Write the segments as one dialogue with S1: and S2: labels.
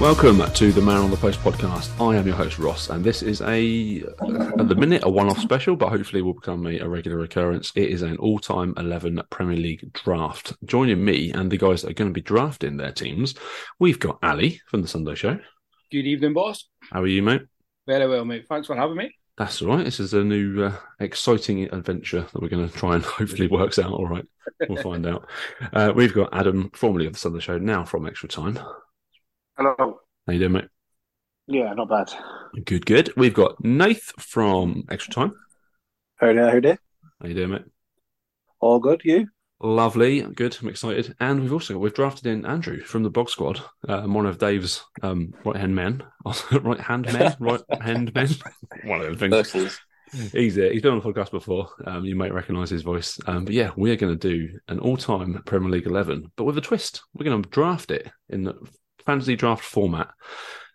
S1: Welcome to the Man on the Post podcast. I am your host Ross, and this is a at the minute a one-off special, but hopefully will become a, a regular occurrence. It is an all-time eleven Premier League draft. Joining me and the guys that are going to be drafting their teams, we've got Ali from the Sunday Show.
S2: Good evening, boss.
S1: How are you, mate?
S2: Very well, mate. Thanks for having me.
S1: That's all right. This is a new uh, exciting adventure that we're going to try and hopefully works out. All right, we'll find out. Uh, we've got Adam, formerly of the Sunday Show, now from Extra Time.
S3: Hello.
S1: How you doing, mate?
S3: Yeah, not bad.
S1: Good, good. We've got Nath from Extra Time.
S4: Howdy, howdy.
S1: How you doing, mate?
S4: All good. You?
S1: Lovely. Good. I'm excited. And we've also we've drafted in Andrew from the Bog Squad, um, one of Dave's um, right hand men, right hand men, right hand men. one of them things.
S4: Versus.
S1: He's uh, he's been on the podcast before. Um, you might recognise his voice. Um, but yeah, we are going to do an all-time Premier League eleven, but with a twist. We're going to draft it in the fantasy draft format.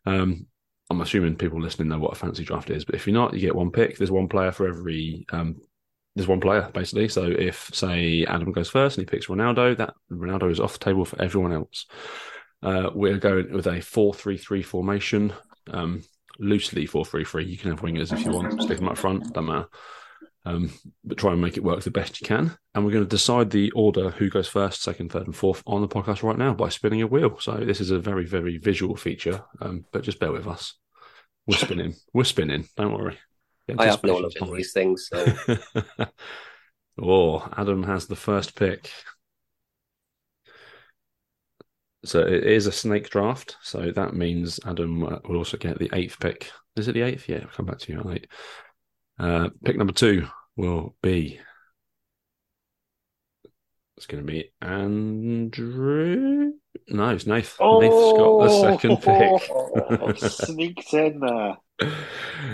S1: Um, I'm assuming people listening know what a fantasy draft is, but if you're not, you get one pick. There's one player for every. Um, there's one player basically. So if say Adam goes first and he picks Ronaldo, that Ronaldo is off the table for everyone else. Uh, we're going with a four-three-three formation, um, loosely four-three-three. You can have wingers if you want, stick them up front, doesn't matter. Um, but try and make it work the best you can. And we're going to decide the order who goes first, second, third, and fourth on the podcast right now by spinning a wheel. So this is a very, very visual feature, um, but just bear with us. We're spinning. We're spinning. Don't worry.
S5: I have no knowledge of these things. So.
S1: oh, Adam has the first pick. So it is a snake draft. So that means Adam uh, will also get the eighth pick. Is it the eighth? Yeah, I'll come back to you on eight. Uh, pick number two will be. It's going to be Andrew. No, it's Nath. Nath's got the second
S4: sneaked in
S3: uh,
S4: there.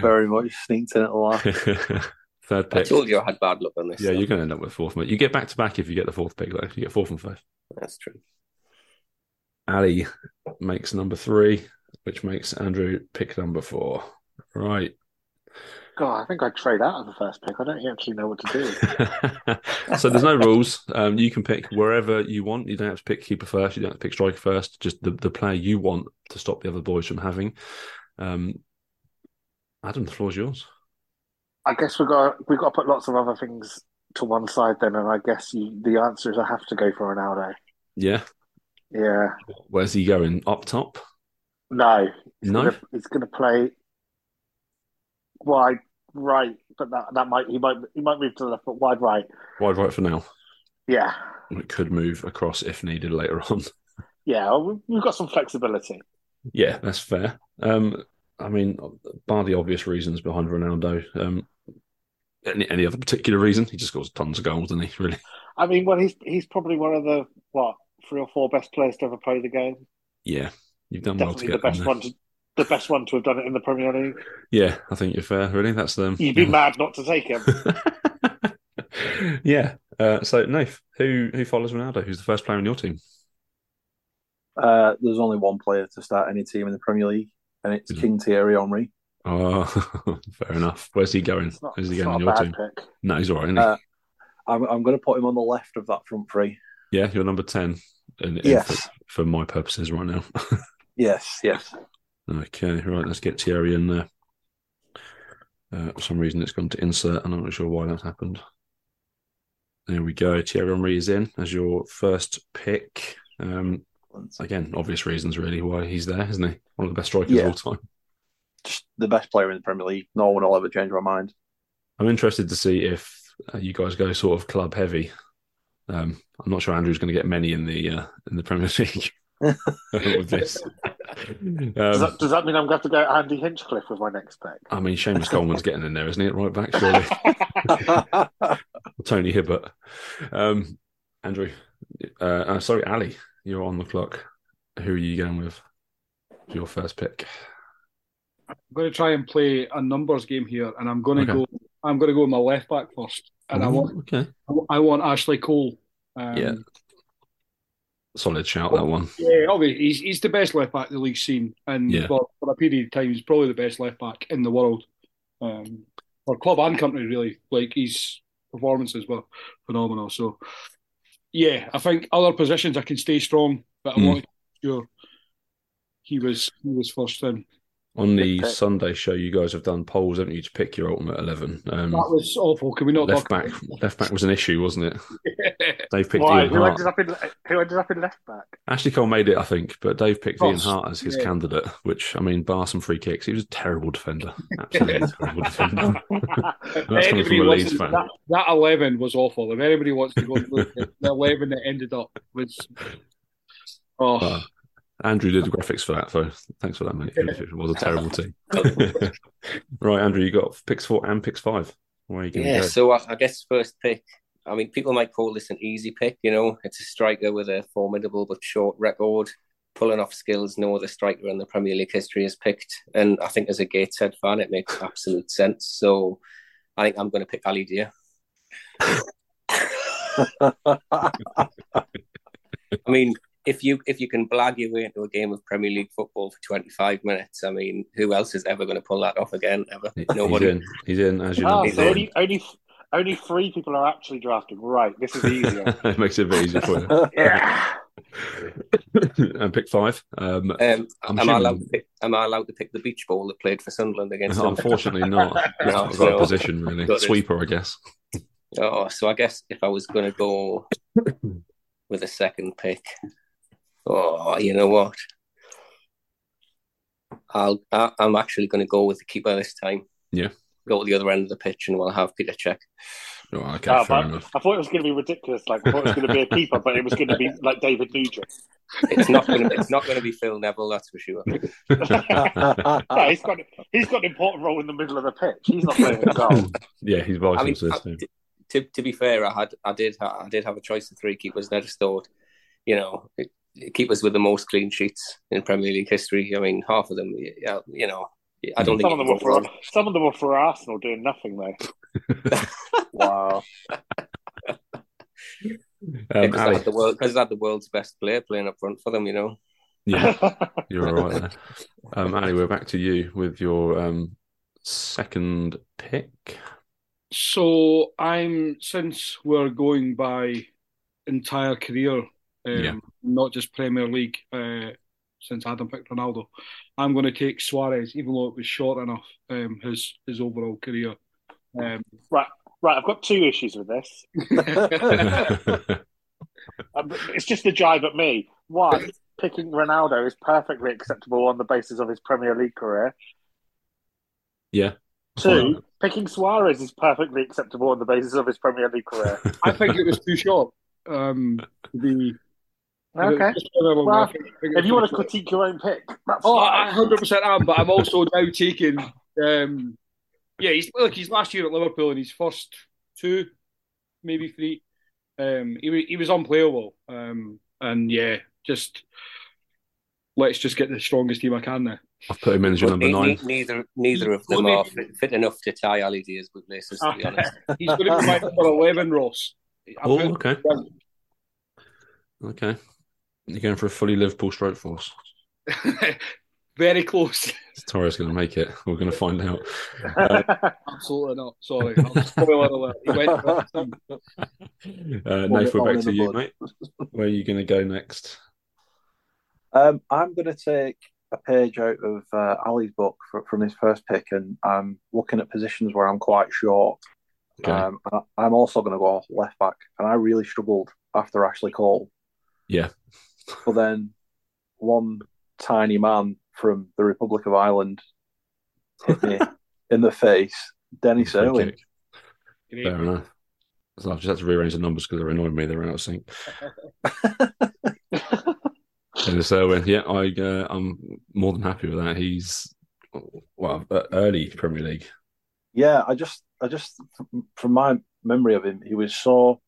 S4: Very much sneaked in at the last.
S1: pick. Third
S5: I
S1: pick.
S5: told you I had bad luck on this.
S1: Yeah,
S5: so
S1: you're going to end up with fourth. Mate. You get back to back if you get the fourth pick, though. You get fourth and fifth.
S5: That's true.
S1: Ali makes number three, which makes Andrew pick number four. Right.
S3: God, I think I trade out of the first pick. I don't actually know what to do.
S1: so there's no rules. Um, you can pick wherever you want. You don't have to pick keeper first. You don't have to pick striker first. Just the, the player you want to stop the other boys from having. Um, Adam, the floor's yours.
S3: I guess we got we got to put lots of other things to one side then, and I guess you, the answer is I have to go for Ronaldo.
S1: Yeah.
S3: Yeah,
S1: Where's he going? Up top?
S3: no, he's
S1: No.
S3: gonna, he's going to play. Wide right, but that that might he might he might move to the left, but wide right.
S1: Wide right for now.
S3: Yeah,
S1: It could move across if needed later on.
S3: yeah, we- we've got some flexibility.
S1: Yeah, that's fair. Um, I mean, bar the obvious reasons behind Ronaldo, um, any any other particular reason? He just scores tons of goals, doesn't he? Really?
S3: I mean, well, he's he's probably one of the what three or four best players to ever play the game.
S1: Yeah, you've done well to
S3: Definitely
S1: get
S3: the
S1: them
S3: best
S1: there.
S3: one to the best one to have done it in the Premier League.
S1: Yeah, I think you're fair. Really, that's um, them.
S3: You'd be mad not to take him.
S1: yeah. Uh, so, Nath, who who follows Ronaldo? Who's the first player in your team?
S4: Uh, there's only one player to start any team in the Premier League, and it's
S1: Mhm.
S4: King Thierry Henry.
S1: Oh, fair enough. Where's he going?
S3: It's not,
S1: Where's he
S3: it's
S1: going in
S3: not a
S1: your
S3: bad
S1: team?
S3: pick.
S1: No, he's all right. Isn't he?
S4: Uh, I'm, I'm going to put him on the left of that front three.
S1: yeah, you're number ten. And, and
S4: Yes.
S1: for, for my purposes, right now.
S4: Yes, yes.
S1: okay, right. Let's get Thierry in there. Uh, for some reason, it's gone to insert, and I'm not sure why that happened. There we go. Thierry Henry is in as your first pick. Um, again, obvious reasons really why he's there, isn't he? One of the best strikers
S4: Yeah.
S1: of all time.
S4: Just the best player in the Premier League. No one will ever change my mind.
S1: I'm interested to see if uh, you guys go sort of club heavy. Um, I'm not sure Andrew's going to get many in the uh, in the Premier League with this.
S3: Does,
S1: Um,
S3: that, does that mean I'm going to have to go Andy Hinchcliffe with my next pick?
S1: I mean, Seamus Coleman's getting in there, isn't he? At right back, surely. Tony Hibbert. Um, Andrew, uh, uh, sorry, Ali, you're on the clock. Who are you going with for your first pick?
S2: I'm going to try and play a numbers game here, and I'm going to
S1: Okay.
S2: go. I'm going to go with my left back first, and I want
S1: okay.
S2: I want Ashley Cole. Um,
S1: Yeah. Solid shout, that one.
S2: Yeah, obviously, he's, he's the best left back the league's seen, and
S1: Yeah.
S2: for, for a period of time, he's probably the best left back in the world, um, for club and country, really. Like his performances were phenomenal. So, yeah, I think other positions I can stay strong, but I
S1: Mm.
S2: want to be sure he was he was first in.
S1: On the
S3: pick.
S1: Sunday show, you guys have done polls, haven't you, to pick your ultimate 11? Um,
S2: That was awful. Can we not
S1: left
S2: talk?
S1: back left back was an issue, wasn't it? Dave picked
S3: Why?
S1: Ian
S3: Who
S1: Hart.
S3: ended, up in, who ended up in left back?
S1: Ashley Cole made it, I think, but Dave picked Ian
S2: Ross,
S1: Hart as his
S2: yeah.
S1: candidate, which, I mean, bar some free kicks, he was a terrible defender. Absolutely terrible defender.
S3: Ah,
S1: That's coming from
S2: Anybody
S1: a
S2: wants
S1: Leeds fan.
S2: that, that eleven was awful. If anybody wants to go, and look at the eleven that ended up was oh.
S1: Wow. Andrew did the graphics for that, so thanks for that, mate. even if It was a terrible team. right, Andrew, you got picks four and picks five. Where are you going to
S5: Yeah,
S1: go?
S5: so I, I guess first pick. I mean, people might call this an easy pick. You know, it's a striker with a formidable but short record, pulling off skills no other striker in the Premier League history has picked. And I think as a Gateshead fan, it makes absolute sense. So I think I'm going to pick Ali Deer. I mean, if you if you can blag your way into a game of Premier League football for 25 minutes, I mean, who else is ever going to pull that off again? Ever?
S1: He-
S5: Nobody. Ah,
S1: He's in. He's in, as you know.
S3: Oh,
S1: he's
S3: so
S5: on.
S3: only, only, only three people are actually drafted. Right, this is
S1: in.
S3: easier.
S1: it makes it a bit easier for you.
S3: yeah.
S1: and pick five. Um,
S5: Um,
S1: I'm
S5: am I allowed to
S1: assuming,
S5: pick? Am I allowed to pick the beach ball that played for Sunderland against? them?
S1: unfortunately, not. It's not a
S5: so-
S1: great position, really.
S5: Got it.
S1: Sweeper, I guess.
S5: Oh, so I guess if I was going to go with a second pick, oh, you know what? I'll. I, I'm actually going to go with the keeper this time.
S1: Yeah.
S5: Go to the other end of the pitch, and we'll have Peter check.
S1: Oh, okay,
S5: Ah,
S3: Oh,
S1: fair
S3: but
S1: enough.
S3: I thought it was going to be ridiculous. Like I thought it was going to be a keeper, but it was going to be like David Nugent.
S5: It's not going. to It's not going to be Phil Neville, that's for sure.
S3: No, he's got he's got an important role in the middle of the pitch. He's not playing at goal.
S1: yeah, he's vital
S5: oh. I mean,
S1: to this
S5: I-
S1: team.
S5: t- to, to be fair, I had I did ha- I did have a choice of three keepers, and I just thought, you know, it- it- keepers with the most clean sheets in Premier League history. I mean, half of them, y- yeah, you know, I don't
S3: Mm. Some
S5: think
S3: of them
S5: you
S3: were
S5: can go
S3: for
S5: wrong.
S3: some of them were for Arsenal doing nothing though.
S4: wow.
S1: Um,
S5: because I
S1: Ali,
S5: had the world because I had the world's best player playing up front for them. You know,
S1: yeah, You're all right there. Um, Ali, we're back to you with your um, second pick.
S2: So I'm since we're going by entire career, um,
S1: Yeah.
S2: not just Premier League. Uh, since Adam picked Ronaldo, I'm going to take Suarez, even though it was short enough. Um, his his overall career. Um,
S3: Right, I've got two issues with this. Um, It's just a jibe at me. One, picking Ronaldo is perfectly acceptable on the basis of his Premier League career.
S1: yeah.
S3: Two, picking Suarez is perfectly acceptable on the basis of his Premier League career.
S2: I think it was too short. Um, to be
S3: Okay. Well, If you want to critique your own pick, that's
S2: Oh, I
S3: fine.
S2: hundred percent am, but I'm also now taking. Um, yeah, he's look. He's last year at Liverpool in his first two, maybe three. Um, he wa- he was unplayable. Um, and yeah, just let's just get the strongest team I can there.
S1: I've put him in as your
S5: But
S1: number
S5: ne-
S1: nine.
S5: ne- neither neither of them
S2: Well,
S5: are
S2: maybe-
S5: fit, fit enough to tie Ali Dear's with laces. To be honest,
S2: He's going to be my number eleven, Ross. I'm
S1: Oh,
S2: gonna-
S1: okay. Okay. You're going for a fully Liverpool stroke force.
S2: Very close.
S1: Is Torres going to make it? We're going to find out. Uh,
S2: Absolutely not. Sorry. I'm spoiler alert. He went for that team.
S1: uh, Nath, we're back to you, mate. Where are you going to go next?
S4: Um, I'm going to take a page out of uh, Ali's book fr from his first pick, and I'm looking at positions where I'm quite short.
S1: Okay.
S4: Um, and I- I'm also going to go left back, and I really struggled after Ashley Cole.
S1: Yeah.
S4: But then one tiny man from the Republic of Ireland hit me in the face, Dennis
S1: Free
S4: Irwin.
S1: kick. Fair
S2: Great.
S1: enough. So I've just had to rearrange the numbers because they're annoying me. They're out of sync. Dennis Irwin. Yeah, I uh, I'm more than happy with that. He's well uh, early Premier League.
S4: Yeah, I just, I just, from my memory of him, he was so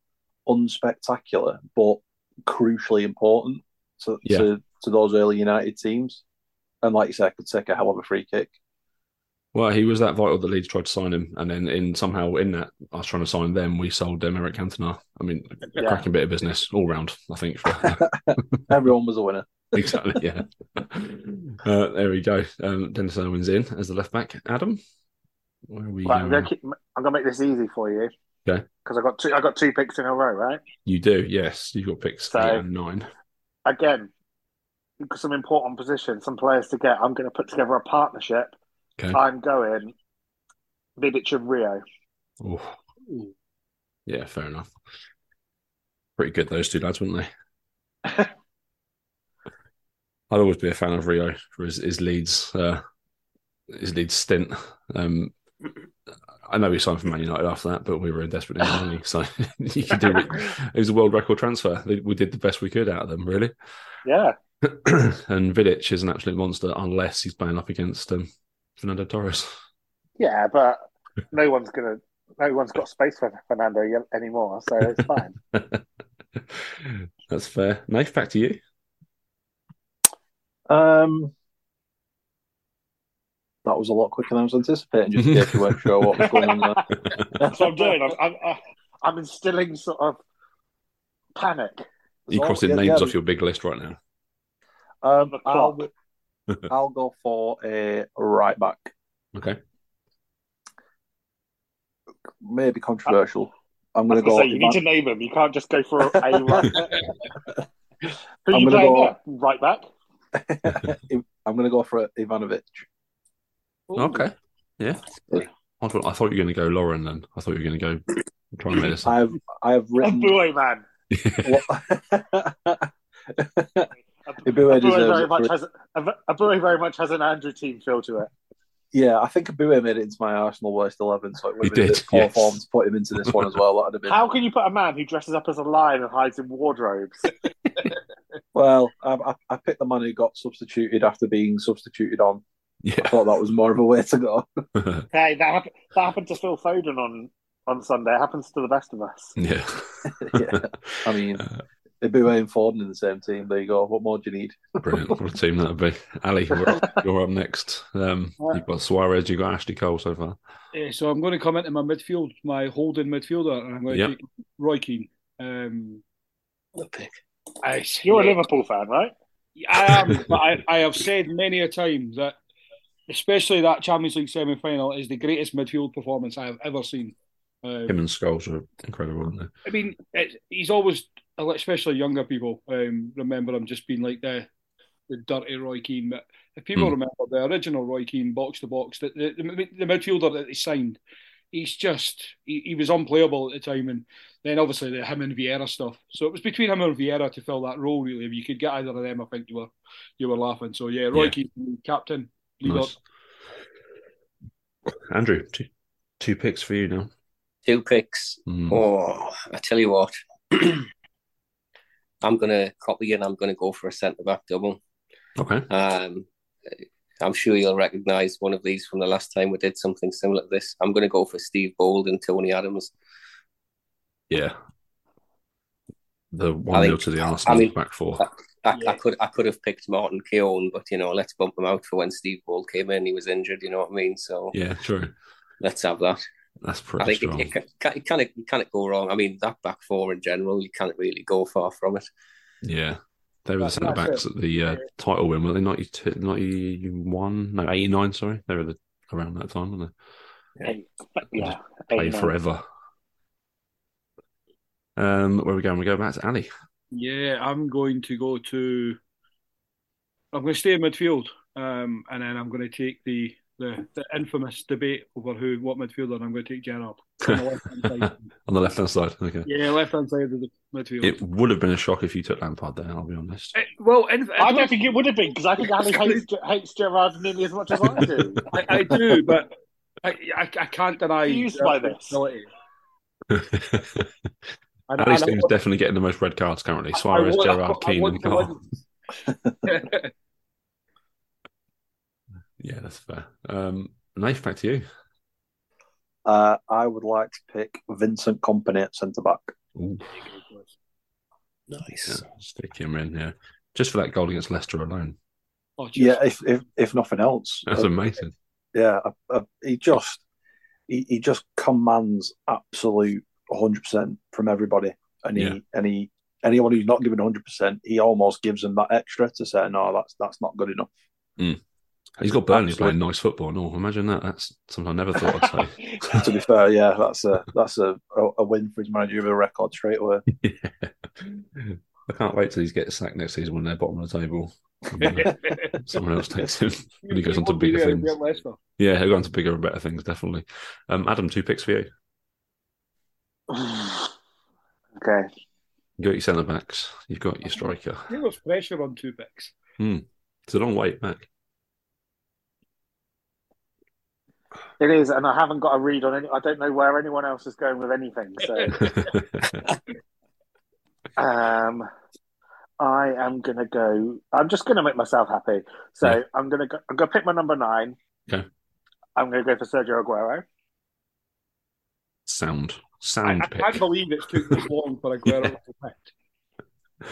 S4: unspectacular but crucially important to
S1: Yeah.
S4: to, to those early United teams. And like you said, could take a hell of a free kick.
S1: Well, he was that vital that Leeds tried to sign him, and then in somehow in that us trying to sign them, we sold them Eric Cantona. I mean, a
S4: Yeah.
S1: cracking bit of business all round. I think for
S4: Everyone was a winner.
S1: exactly. Yeah. Uh, there we go. Um, Dennis Irwin's in as the left back. Adam, where are we?
S3: Right, I'm
S1: going?
S3: gonna keep, I'm gonna make this easy for you.
S1: Okay.
S3: Because I got two. I got two picks in a row, right?
S1: You do. Yes, you've got picks
S3: So-
S1: eight and nine.
S3: Again, you've got some important positions, some players to get. I'm going to put together a partnership.
S1: Okay.
S3: I'm going Vidic and Rio.
S1: Oof. Yeah, fair enough. Pretty good, those two lads, wouldn't they? I'd always be a fan of Rio for his, his Leeds uh, his Leeds stint. Um, I know he signed for Man United after that, but we were in desperate need of money, so you could do it. It was a world record transfer. We did the best we could out of them, really.
S3: Yeah,
S1: and Vidic is an absolute monster unless he's playing up against um, Fernando Torres.
S3: yeah, but no one's gonna. No one's got space for Fernando yet- anymore, so it's fine.
S1: That's fair. Knife back to you.
S4: Um, that was a lot quicker than I was anticipating. Just in case you weren't sure what uh, was going on there.
S3: That's what I'm doing. I'm, I'm, I'm instilling sort of panic.
S1: You're
S4: So,
S1: crossing
S4: Oh, yeah,
S1: names
S4: yeah.
S1: off your big list right now.
S4: Um,
S3: The clock.
S4: I'll, I'll go for a right back.
S1: Okay.
S4: Maybe controversial. I'm
S3: I
S4: going to go.
S3: say, you need to
S4: Ivan-
S3: name him. You can't just go for a right back. Who
S4: I'm gonna
S3: you playing
S4: go-
S3: there? Right back.
S4: I'm going to go for Ivanovic.
S3: Oh,
S1: Okay. Yeah. I thought, I thought you were going to go Lauren then. I thought you were going to go try and medicine.
S4: I have I have
S3: A
S4: written.
S3: boy, man.
S4: Ibue
S3: Abue
S4: deserves it.
S3: very
S4: for
S3: much
S4: it.
S3: has Ab- Abue very much has an Andrew team feel to it.
S4: Yeah, I think Abue made it into my Arsenal worst eleven, so it would
S1: He
S4: have been a
S1: did,
S4: bit poor
S1: yes.
S4: form to put him into this one as well. That'd have been
S3: How can you put a man who dresses up as a lion and hides in wardrobes?
S4: well. I, I, I picked the man who got substituted after being substituted on. I
S1: Yeah.
S4: thought that was more of a way to go.
S3: hey, that hap- that happened to Phil Foden on on Sunday. It happens to the best of us.
S1: yeah. Uh,
S4: Yeah, I mean, Ibue and Foden in the same team. There you go. What more do you need?
S1: Brilliant. What a team that would be. Ali, you're up, you're up next. Um, you've got Suarez, you've got Ashley Cole so far.
S2: Yeah, so I'm going to come into my midfield, my holding midfielder, and I'm going
S1: Yeah.
S2: to take Roy Keane. Um,
S5: Good pick.
S2: I,
S3: You're a Liverpool fan, right?
S2: I am, but I, I have said many a time that, especially that Champions League semi final, is the greatest midfield performance I have ever seen. Um,
S1: Him and Scholes are incredible, aren't they?
S2: I mean, it, he's always, especially younger people, um, remember him just being like the the dirty Roy Keane. But if people
S1: Hmm.
S2: remember the original Roy Keane, box to box, the, the, the, mid- the midfielder that they signed, he's just he, he was unplayable at the time, and then obviously the him and Vieira stuff. So it was between him and Vieira to fill that role. Really, if you could get either of them, I think you were you were laughing. So yeah, Roy
S1: Yeah.
S2: Keane, captain, leader.
S1: Nice. Andrew, two, two picks for you now.
S5: Two picks.
S1: Mm.
S5: Oh, I tell you what. I'm going to copy and I'm going to go for a centre back double.
S1: Okay.
S5: Um, I'm sure you'll recognise one of these from the last time we did something similar to this. I'm going to go for Steve Bold and Tony Adams.
S1: Yeah. The
S5: I
S1: one
S5: think-
S1: nil to the Arsenal
S5: mean-
S1: back four.
S5: I,
S3: Yeah.
S5: I could I could have picked Martin Keown, but you know, let's bump him out for when Steve Bold came in. He was injured, you know what I mean? So
S1: Yeah, true.
S5: let's have that.
S1: That's
S5: I
S1: pretty
S5: think
S1: strong.
S5: it, it, can, it can't you can't go wrong. I mean, that back four in general, you can't really go far from it.
S1: Yeah. They were the
S2: That's-
S1: centre
S2: that's
S1: backs at the uh, title win, were they? 92, 91, no, 89, sorry. They were the, around that time, weren't
S3: Yeah,
S1: they? Played forever. Um, where are we going? We go back to Ali.
S2: Yeah, I'm going to go to. I'm going to stay in midfield, um, and then I'm going to take the, the the infamous debate over who what midfielder. and I'm going to take Gerrard. on the left-hand side.
S1: On the left hand side. Okay.
S2: yeah, left hand side of the midfield.
S1: It would have been a shock if you took Lampard there, I'll be honest.
S2: Eh, well, in,
S3: I don't think it would have been because I think Ali hates, hates Gerard nearly as much as I do.
S2: I, I do, but I, I, I can't deny
S3: Confused by this.
S2: ability.
S1: Ali's
S2: And- and I
S1: team's
S2: want-
S1: definitely getting the most red cards currently.
S2: I
S1: Suarez,
S2: want- I
S1: Gerard,
S2: want- I
S1: Keane,
S2: want
S1: and
S2: to
S1: Cole.
S2: win.
S1: Yeah, that's fair. Um, Nath, back to you.
S4: Uh, I would like to pick Vincent Company at centre back.
S1: Yeah,
S5: Nice.
S1: stick him in here. Just for that goal against Leicester alone.
S2: Oh, cheers.
S4: Yeah, if if, if nothing else,
S1: That's
S2: Oh,
S4: Uh,
S1: amazing.
S4: yeah, uh, uh, he just he, he just commands absolute hundred percent from everybody, and he
S1: Yeah.
S4: and he anyone who's not giving hundred percent, he almost gives them that extra to say no, that's that's not good enough.
S1: He's got Burnley
S4: absolutely.
S1: playing nice football and all. Imagine that. That's something I never thought I'd say.
S4: to be fair, yeah, that's a that's a, a, a win for his managerial record straight away.
S1: I can't wait till he's getting sacked next season when they're bottom of the table. And, uh, Someone else takes him.
S2: You-
S1: And he goes
S2: you
S1: on to
S2: would be
S1: bigger
S2: there if
S1: things.
S2: you had Leicester.
S1: Yeah, he'll go on to bigger and better things, definitely. Um, Adam, two picks for you.
S3: okay.
S1: You've got your centre backs, you've got your striker.
S2: I think there's pressure on two picks.
S1: It's a long wait back.
S3: It is, and I haven't got a read on any. I don't know where anyone else is going with anything. So, um, I am gonna go. I'm just gonna make myself happy. So
S1: Yeah.
S3: I'm gonna go, I'm gonna pick my number nine.
S1: Okay.
S3: I'm gonna go for Sergio Aguero.
S1: Sound.
S2: I,
S1: Sound
S2: I
S1: pick.
S2: can't believe it took this long for Aguero
S1: Yeah.
S2: to pick.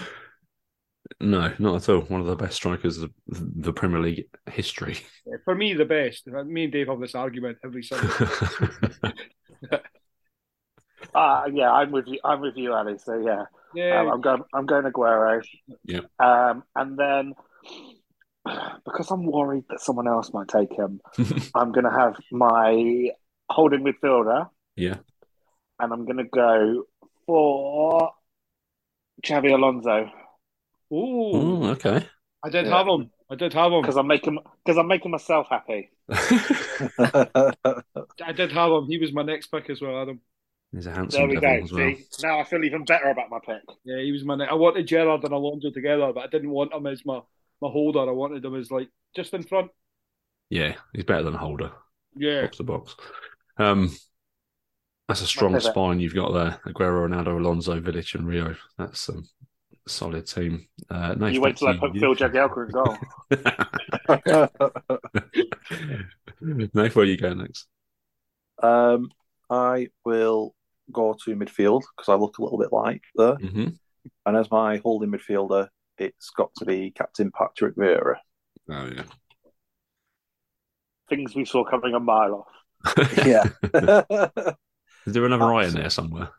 S1: No, not at all. One of the best strikers of the Premier League history.
S2: Yeah, For me, the best. Me and Dave have this argument every Sunday.
S3: Ah, yeah, I'm with you. I'm with you, Ali. So yeah, Um,
S2: Yeah,
S3: I'm going. I'm going Aguero.
S1: Yeah.
S3: Um, and then because I'm worried that someone else might take him, I'm going to have my holding midfielder,
S1: yeah.
S3: and I'm going to go for Xavi Alonso
S2: oh,
S1: Oh, okay.
S2: I did
S3: Yeah.
S2: have him. I did have him.
S3: because I'm making because I'm making myself happy.
S2: I did have him. He was my next pick as well, Adam.
S1: He's a
S3: There
S1: handsome
S3: we
S1: devil
S3: go.
S1: as well.
S3: See, now I feel even better about my pick.
S2: Yeah, he was my. Ne- I wanted Gerard and Alonso together, but I didn't want him as my my holder. I wanted him as like just in front.
S1: Yeah, he's better than Holder.
S2: Yeah,
S1: box to box. Um, that's a strong
S3: favourite.
S1: spine you've got there: Aguero, Ronaldo, Alonso, Vidic, and Rio. That's a solid team. Uh, Nath,
S3: you
S1: back
S3: wait till I
S1: to
S3: put
S1: you.
S3: Phil Jagielka in goal.
S1: Nath, where you going next?
S4: um, I will go to midfield because I look a little bit light there.
S1: hmm
S4: And as my holding midfielder, it's got to be Captain Patrick Vieira.
S1: Oh yeah.
S3: Things we saw coming a mile off.
S4: Yeah.
S1: Is there
S3: Oh,
S1: another eye in there somewhere?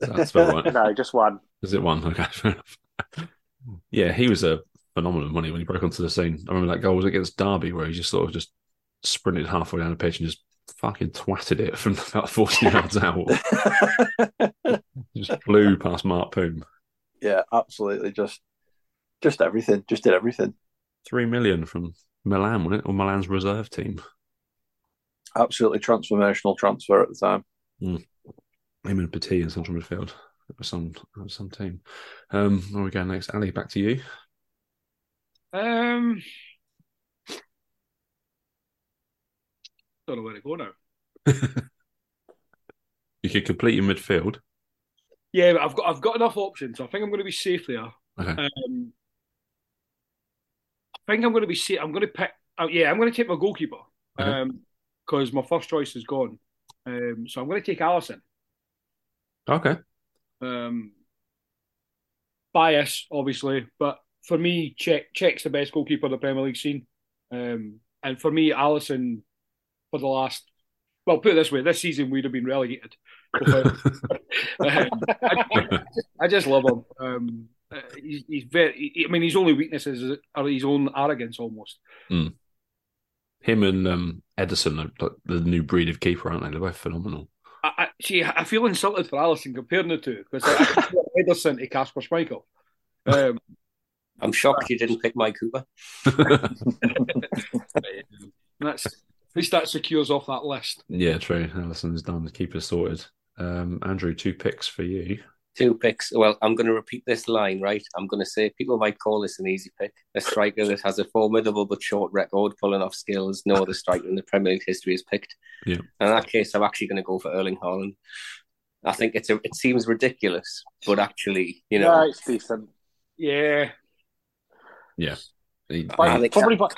S1: Is that spelled right?
S3: No, just one.
S1: Is it one? Okay, fair enough. yeah, he was a phenomenal money when he broke onto the scene. I remember that goal was against Derby where he just sort of just sprinted halfway down the pitch and just fucking twatted it from about 40 yards out. Just flew past Mark Poom.
S4: yeah, absolutely. Just just everything. Just did everything.
S1: Three million from Milan, wasn't it? Or Milan's reserve team.
S4: Absolutely transformational transfer at the time.
S1: Him and Petit in central midfield. That was some that was some team. Um, where we go next? Ali, back to you.
S2: Um, don't know where to go now.
S1: You could complete your midfield.
S2: Yeah, but I've got I've got enough options. I think I'm going to be safe there.
S1: Okay.
S2: Um, I think I'm going to be safe. I'm going to pick. oh, yeah, I'm going to take my goalkeeper
S1: Okay.
S2: because my first choice is gone. Um, so I'm going to take Allison.
S1: Okay.
S2: Um, bias, obviously, but for me, check check's the best goalkeeper the Premier League seen. Um, and for me, Allison, for the last, well, put it this way, this season we'd have been relegated. Um, I, I just love him. Um, uh, he's, he's very. he- I mean, his only weaknesses are his own arrogance, almost.
S1: Him and um, Edison are like the new breed of keeper, aren't they? They're both phenomenal.
S2: I, I see. I feel insulted for Allison comparing the two because I, I compare Ederson to Casper Schmeichel. Um,
S5: I'm shocked you didn't pick Mike Cooper.
S2: that's at least that secures off that list.
S1: yeah, true. Allison's done. The keeper's sorted. Um, Andrew, two picks for you.
S5: Two picks. Well, I'm going to repeat this line, right? I'm going to say people might call this an easy pick. A striker that has a formidable but short record, pulling off skills no other striker in the Premier League history has picked.
S1: Yeah.
S5: In that case, I'm actually going to go for Erling Haaland. I think it's a, it seems ridiculous, but actually, you know,
S3: Yeah, it's decent.
S2: Yeah,
S1: He-
S5: I
S3: By,
S5: think-
S3: probably by,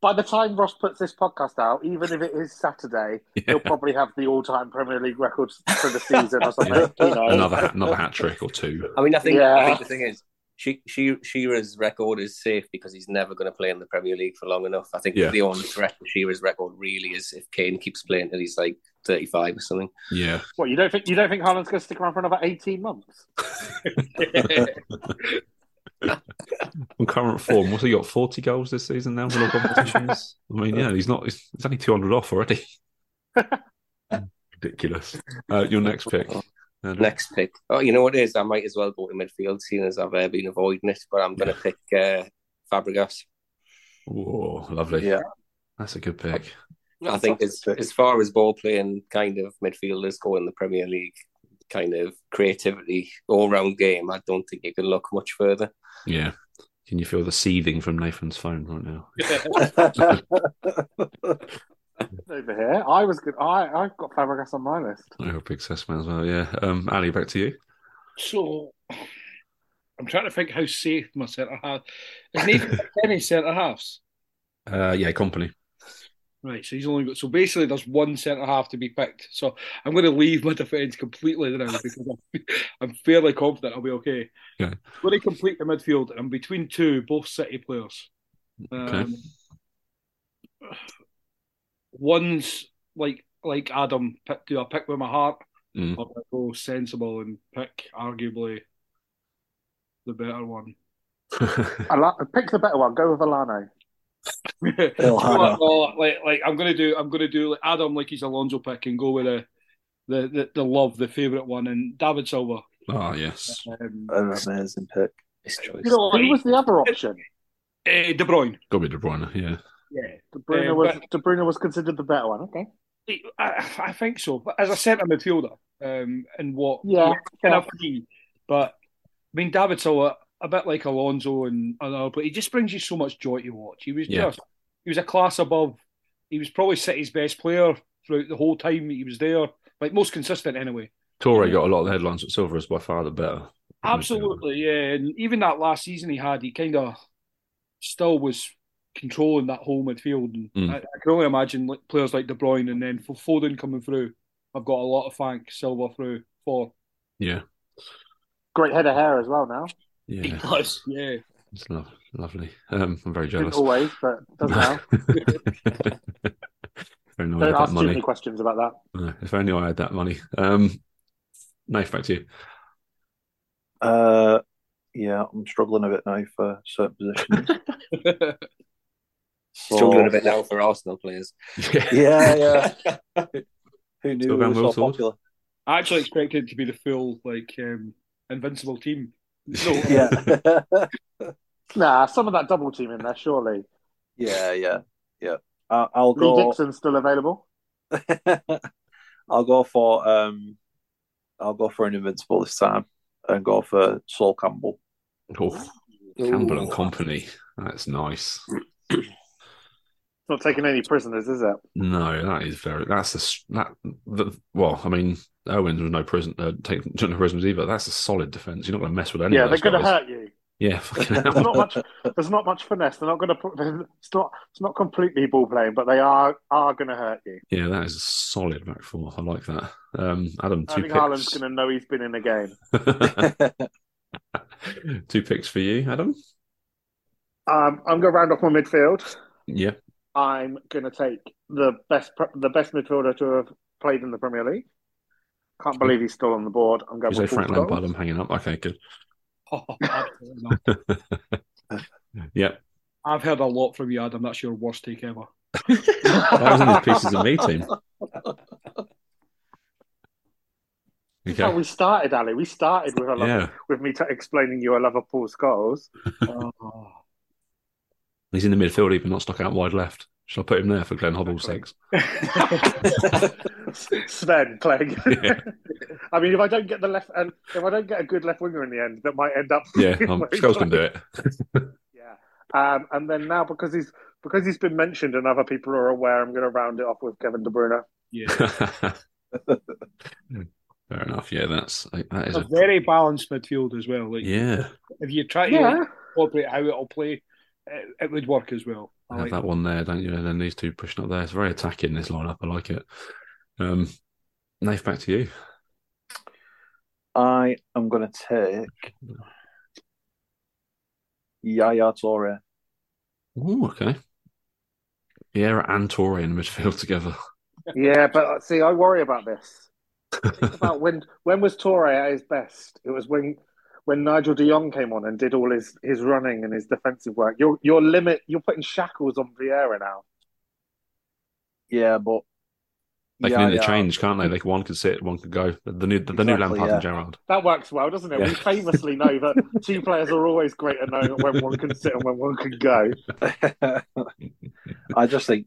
S3: by the time Ross puts this podcast out, even if it is Saturday,
S1: yeah.
S3: he'll probably have the all-time Premier League records for the season or something.
S1: Yeah.
S3: you know.
S1: another ha- another hat trick or two.
S5: I mean, I think, I
S3: Yeah.
S5: think the thing is, she, she, Shearer's record is safe because he's never going to play in the Premier League for long enough. I think
S1: Yeah.
S5: the only threat to Shearer's record really is if Kane keeps playing till he's like 35 or something.
S1: Yeah,
S3: What you don't think? You don't think Haaland's going to stick around for another eighteen months?
S1: on current form, what's he got? Forty goals this season now in all competitions. I mean, yeah, he's not. He's, he's only two hundred off already. Ridiculous. Uh, your next pick. Adam?
S5: Next pick. Oh, you know what it is? I might as well go to midfield, seeing as I've uh, been avoiding it, but I'm going to pick uh, Fabregas.
S1: Whoa, lovely.
S4: Yeah.
S1: that's a good pick.
S5: I think as,
S4: Fantastic.
S5: as far as ball playing kind of midfielders go in the Premier League, kind of creativity, all round game, I don't think you can look much further.
S1: Yeah. Can you feel the seething from Nathan's phone right now?
S3: Over here, I was good. I I've got Fabregas on my list.
S1: I hope success man as well. Yeah. Um, Ali, back to you.
S2: So I'm trying to think how safe my centre half is. Nathan any centre halves?
S1: Uh, yeah, company.
S2: Right, so he's only got so basically there's one centre half to be picked. So I'm going to leave my defence completely now because I'm, I'm fairly confident I'll be okay.
S1: Okay.
S2: I'm going to complete the midfield and I'm between two, both City players. Um, One's like like Adam, pick, do I pick with my heart
S1: Mm.
S2: or do I go sensible and pick arguably the better one?
S3: I like, pick the better one. Go with Alano.
S4: Bill Hanna.
S2: Well, like, like I'm gonna do, I'm gonna do like Adam, like he's Alonso pick, and go with the the the, the love, the favourite one, and David Silva.
S1: oh yes.
S2: Um,
S4: An amazing pick.
S5: This choice.
S2: you know,
S3: Who
S2: like,
S3: was the other option?
S2: eh, De Bruyne.
S1: Got to be De Bruyne. Yeah.
S2: Yeah,
S3: De Bruyne
S2: Uh,
S3: was
S2: but-
S3: De Bruyne was considered the better one. Okay.
S2: I, I think so. But as a centre midfielder, um, and what
S3: Yeah.
S2: kind of free, but I mean David Silva, a bit like Alonso and another, but he just brings you so much joy to watch. He was
S1: Yeah.
S2: just, he was a class above. He was probably City's best player throughout the whole time that he was there, like most consistent anyway.
S1: Torre got a lot of the headlines, but Silver is by far the better.
S2: Absolutely, yeah. And even that last season he had, he kind of still was controlling that whole midfield. And
S1: Mm.
S2: I, I can only imagine like, players like De Bruyne and then for Foden coming through. I've got a lot of thank Silva through for.
S1: Yeah.
S3: Great head of hair as well. Now,
S1: Yeah.
S2: does, yeah.
S1: It's lo- lovely. Um, I'm very
S3: didn't
S1: jealous.
S3: always, but does now.
S1: if only I
S3: Don't
S1: had that
S3: ask too
S1: money.
S3: many questions about that.
S1: No, if only I had that money. Um, knife back to you.
S4: Uh, yeah, I'm struggling a bit now for certain positions. So-
S5: Struggling a bit now for Arsenal players.
S1: Yeah.
S4: Yeah, yeah. Who knew
S1: Still
S4: we
S1: going
S4: were so
S1: Will Sword?
S4: popular?
S2: I actually expected it to be the full like um, invincible team. No, uh,
S4: Yeah,
S3: Nah, some of that double team in there surely.
S4: yeah, yeah, yeah. I- I'll
S3: Lee
S4: go.
S3: Dixon's still available.
S4: I'll go for um. I'll go for an invincible this time, and go for Sol Campbell.
S1: Oh, Campbell and Company. That's nice.
S3: It's not taking any prisoners, is it?
S1: No, that is very. That's a s- that the well. I mean, Owens was no prison. Uh, take took no prisoners either. That's a solid defense. You're not going to mess with any
S3: yeah,
S1: of
S3: they're
S1: those
S3: going to
S1: guys.
S3: hurt you.
S1: Yeah, fucking hell.
S3: There's not much. There's not much finesse. They're not going to. It's not. It's not completely ball playing, but they are are going to hurt you.
S1: yeah, that is a solid back four. I like that. Um, Adam, two
S3: Erling
S1: picks.
S3: Haaland's going to know he's been in the game.
S1: two picks for you, Adam.
S3: Um, I'm going to round off my midfield.
S1: Yeah,
S3: I'm going to take the best pre- the best midfielder to have played in the Premier League. Can't believe he's still on the board. I'm going
S1: you say
S3: with Paul
S1: Frank Lampard. I'm
S3: Scholes.
S1: hanging up. Okay, good.
S2: Oh, absolutely not.
S1: Yeah,
S2: I've heard a lot from you, Adam. That's your worst take ever.
S1: I was in the pieces of me team.
S3: That's how
S1: Okay.
S3: we started, Ali. We started with a love,
S1: Yeah,
S3: with me t- explaining you I love of Paul Scholes.
S2: Oh.
S1: he's in the midfield, even not stuck out wide left. Shall I put him there for Glenn Hobble's sakes?
S3: Sven playing.
S1: Yeah.
S3: I mean, if I don't get the left, and if I don't get a good left winger in the end, that might end up.
S1: Yeah, um, Skulls can do it.
S3: Yeah, um, and then now because he's because he's been mentioned and other people are aware, I'm going to round it off with Kevin De Bruyne.
S2: Yeah.
S1: Hmm. Fair enough. Yeah, that's that is
S2: A
S1: a,
S2: very balanced midfield as well. Like
S1: yeah.
S2: if you try to
S3: Yeah,
S2: incorporate how it'll play, it would work as well. I
S1: have
S2: like
S1: that one there, don't you? And then these two pushing up there. It's very attacking this lineup. I like it. Um, Nath, back to you.
S4: I am going to take Yaya Toure.
S1: Ooh, okay. Vieira and Torre in midfield together.
S3: Yeah, but uh, see, I worry about this. About when when was Torre at his best? It was when when Nigel De Jong came on and did all his, his running and his defensive work. Your your limit, you're putting shackles on Vieira now.
S4: Yeah, but
S1: They can
S4: Yaya-
S1: interchange, can't they? Like one could sit, one could go. The new, the, new
S4: Exactly,
S1: Lampard and
S4: yeah.
S1: Gerrard.
S3: That works well, doesn't it? We
S1: Yeah.
S3: famously know that two players are always great at knowing when one can sit and when one can go.
S4: I just think,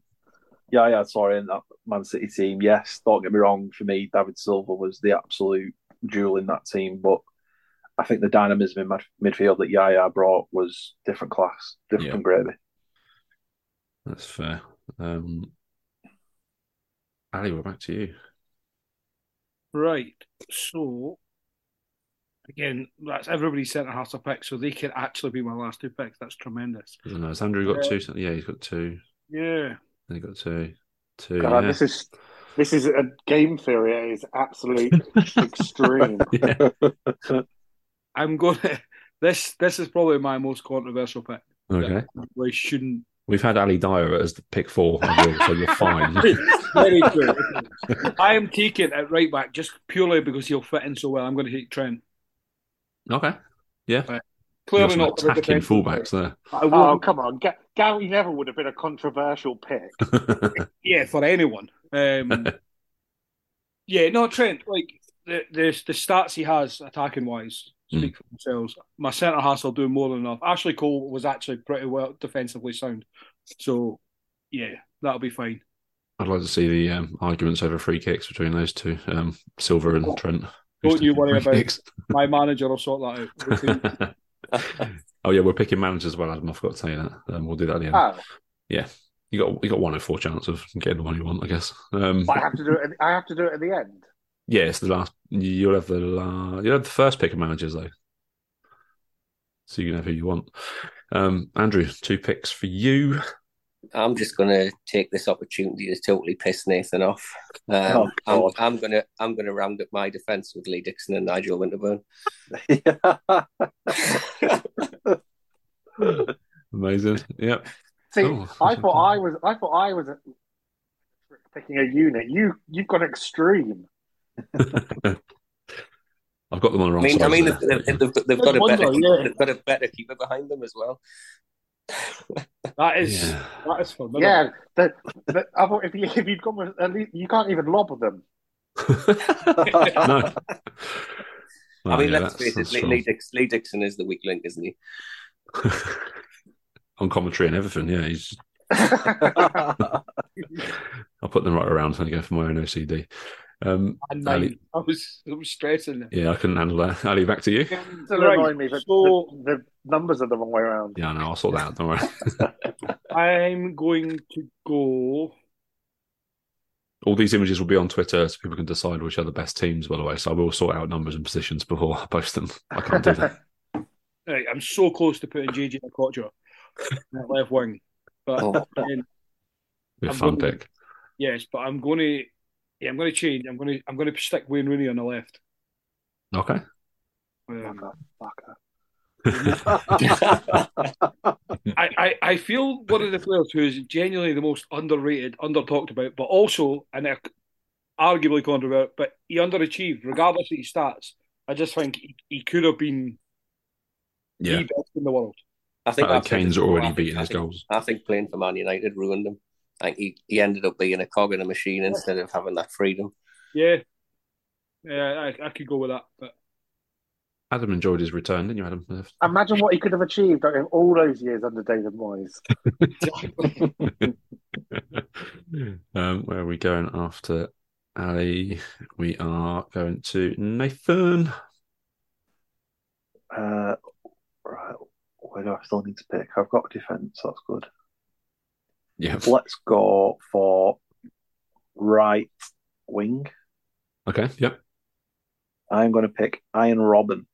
S4: yeah, yeah, sorry, in that Man City team, yes, don't get me wrong, for me, David Silva was the absolute jewel in that team, but I think the dynamism in mid- midfield that Yaya brought was different class, different
S1: Yeah.
S4: from gravy.
S1: That's fair. Um, Ali, we're back to you.
S2: Right. So again, that's everybody's centre half to pick, so they could actually be my last two picks. That's tremendous.
S1: I don't know. Has Andrew got two? Yeah, he's got two.
S2: Yeah.
S1: They got two. Two.
S3: God,
S1: yeah.
S3: this is this is a game theory. It is absolute extreme.
S1: Yeah.
S2: I'm gonna this this is probably my most controversial pick.
S1: Okay.
S2: We shouldn't
S1: We've had Ali Dyer as the pick four, Andrew, so you're fine.
S2: Very true. I am taking it right back just purely because he'll fit in so well. I'm going to take Trent.
S1: Okay. You've got
S2: Clearly
S1: some
S2: not for the
S1: attacking
S2: defensive
S1: fullbacks
S2: player. I will,
S3: Oh, come on. Ga- Gary Neville would have been a controversial pick.
S1: there.
S2: yeah, for anyone. Um, yeah, no Trent. Like the, the the stats he has attacking wise
S1: Hmm.
S2: speak for themselves. My centre halves will do more than enough. Ashley Cole was actually pretty well defensively sound, so yeah, that'll be fine.
S1: I'd like to see the um, arguments over free kicks between those two, um, Silver and Trent.
S2: Don't
S1: Who's
S2: you
S1: taking
S2: worry
S1: free
S2: about-
S1: kicks?
S2: My manager will sort that out. We'll see.
S1: oh yeah, we're picking managers as well, Adam. I forgot to tell you that. Um, we'll do that at the
S5: Ah.
S1: end.
S3: Oh,
S1: You got you got one in four chance of getting the one you want, I guess. Um,
S3: but I have to do it. At, I have to do it at the end.
S1: yeah, it's the last. You'll have the la- you'll have the first pick of managers though, so you can have who you want. Um, Andrew, two picks for you.
S5: I'm just going to take this opportunity to totally piss Nathan off.
S4: Oh,
S5: Um, I'm,
S4: God.
S5: I'm going to I'm going to round up my defence with Lee Dixon and Nigel Winterburn.
S1: Amazing. Yep.
S3: See,
S1: Oh.
S3: I thought I was. I thought I was picking a unit. You, you've gone extreme.
S1: I've got them on the
S5: I
S1: wrong
S5: mean,
S1: side.
S5: I mean,
S1: there.
S5: they've, they've, they've, got- they've got a
S2: Wonder,
S5: better
S2: yeah.
S5: they've got a better keeper behind them as well.
S2: that is
S1: Yeah.
S2: that is formidable.
S3: Yeah, the, the, I thought if you if you'd gone with at least you can't even lob them.
S1: no.
S5: I
S1: Well,
S5: mean,
S1: Oh, yeah, that's-
S5: let's face it,
S1: that's
S5: Lee,
S1: strong.
S5: Lee, Dix, Lee Dixon is the weak link, isn't he?
S1: on commentary and everything. Yeah, he's, I'll put them right around and go for my own OCD. Um,
S2: And
S1: Ali-
S2: nine. I was I was stressing it.
S1: yeah, I couldn't handle that. Ali, back to you.
S3: Still
S2: Right,
S3: annoying me that
S2: so-
S3: the, the numbers are the wrong way around.
S1: Yeah, no, I'll sort that out. Don't worry.
S2: I'm going to go.
S1: All these images will be on Twitter, so people can decide which are the best teams. By the way, so I will sort out numbers and positions before I post them. I can't do that.
S2: Right, I'm so close to putting JJ Okocha at left wing, but
S5: Oh.
S2: um,
S1: Be a
S2: I'm
S1: fun
S2: gonna-
S1: pick.
S2: yes, but I'm going to. Yeah, I'm going to change. I'm going to. I'm going to stick Wayne Rooney on the left.
S1: Okay.
S2: Um,
S3: Fucker.
S2: I, I, I feel one of the players who is genuinely the most underrated, under talked about, but also and a- arguably controversial, but he underachieved regardless of his stats. I just think he, he could have been the
S1: yeah,
S2: best in the world.
S5: I think
S1: Uh,
S5: I've said
S1: Kane's
S5: this before.
S1: already
S5: I think-
S1: beaten
S5: I
S1: his
S5: think-
S1: goals.
S5: I think playing for Man United ruined him. I think he, he ended up being a cog in a machine instead of having that freedom.
S2: Yeah, yeah, I, I could go with that. But
S1: Adam enjoyed his return, didn't you, Adam?
S3: Imagine what he could have achieved in all those years under David Moyes.
S1: um, where are we going after Ali? We are going to Nathan.
S4: uh, right, where do I still need to pick? I've got defence, that's good.
S1: Yeah.
S4: Let's go for right wing.
S1: Okay. Yep.
S4: I'm going to pick Iron Robin.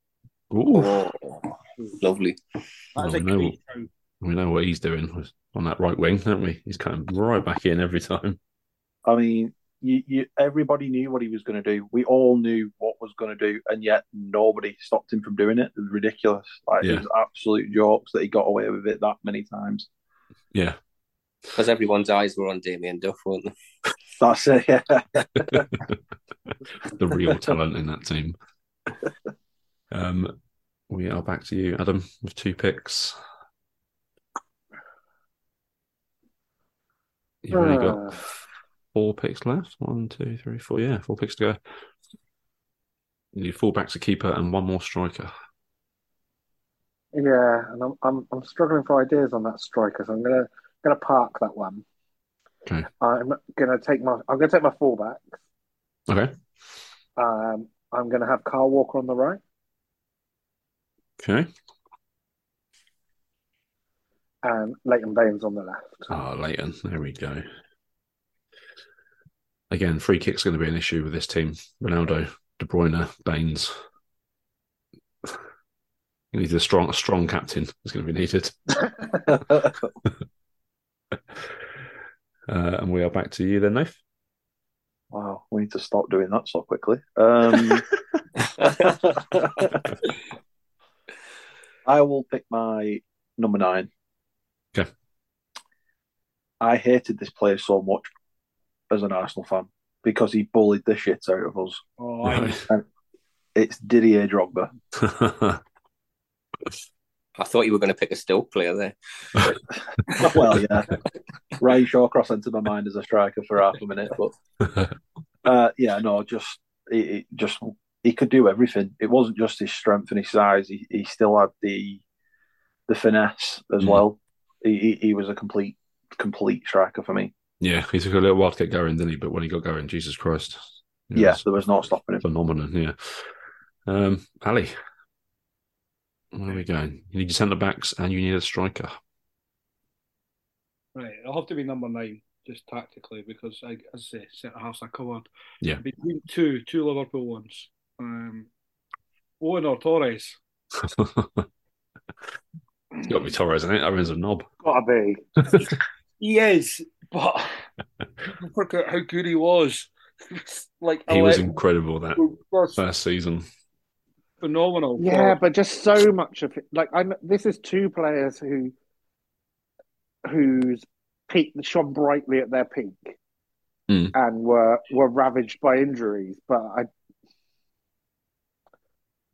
S1: Ooh.
S5: Oh, Lovely.
S2: that is
S1: Oh,
S2: a
S1: no.
S2: great shout.
S1: We know what he's doing on that right wing, don't we? He's coming right back in every time.
S4: I mean, you, you, everybody knew what he was going to do. We all knew what was going to do, and yet nobody stopped him from doing it. It was ridiculous. Like
S1: Yeah.
S4: it was absolute jokes that he got away with it that many times.
S1: Yeah.
S5: because everyone's eyes were on Damien Duff, weren't they?
S4: That's it. Yeah.
S1: the real talent in that team. Um, we are back to you, Adam, with two picks. You've only
S3: Uh.
S1: got four picks left. One, two, three, four. Yeah, four picks to go. You need full back to keeper and one more striker.
S3: Yeah, and I'm, I'm I'm struggling for ideas on that striker, so I'm gonna gonna park that one.
S1: Okay.
S3: I'm gonna take my I'm gonna take my fullback.
S1: Okay.
S3: Um, I'm gonna have Carl Walker on the right,
S1: Okay.
S3: and Leighton Baines on the left.
S1: Ah, Leighton. There we go. Again, free kick's going to be an issue with this team. Ronaldo, De Bruyne, Baines. You need a strong, a strong captain. is going to be needed. Uh, and we are back to you then, Nath.
S4: wow, we need to stop doing that so quickly. Um, I will pick my number nine.
S1: Okay.
S4: I hated this player so much as an Arsenal fan because he bullied the shit out of us.
S2: Oh, I-
S1: Right.
S4: It's Didier Drogba.
S5: I thought you were going to pick a Stoke player there.
S4: well, yeah. Ray Shawcross entered my mind as a striker for half a minute, but uh, yeah, no, just it, it just he could do everything. It wasn't just his strength and his size; he, he still had the the finesse as
S1: Mhm.
S4: well. He, he he was a complete complete striker for me.
S1: yeah, he took a little while to get going, didn't he? But when he got going, Jesus Christ.
S4: Yeah, there was no stopping him.
S1: phenomenon. Yeah. Um, Ali, where are we going? You need your centre backs and you need a striker.
S2: Right, I'll have to be number nine just tactically because I, as I say, centre halves are covered.
S1: Yeah.
S2: between two, two Liverpool ones, um, Owen or Torres.
S1: it's got to be Torres, isn't it? That rings a knob.
S3: Gotta be.
S2: He is, but I forgot how good he was. like
S5: Oh,
S1: He was
S2: elect-
S1: incredible that
S2: was
S1: first season.
S2: phenomenal.
S3: Yeah, but just so much of it. Like I'm. This is two players who, whose peak shone brightly at their peak,
S1: Mm.
S3: and were were ravaged by injuries. But I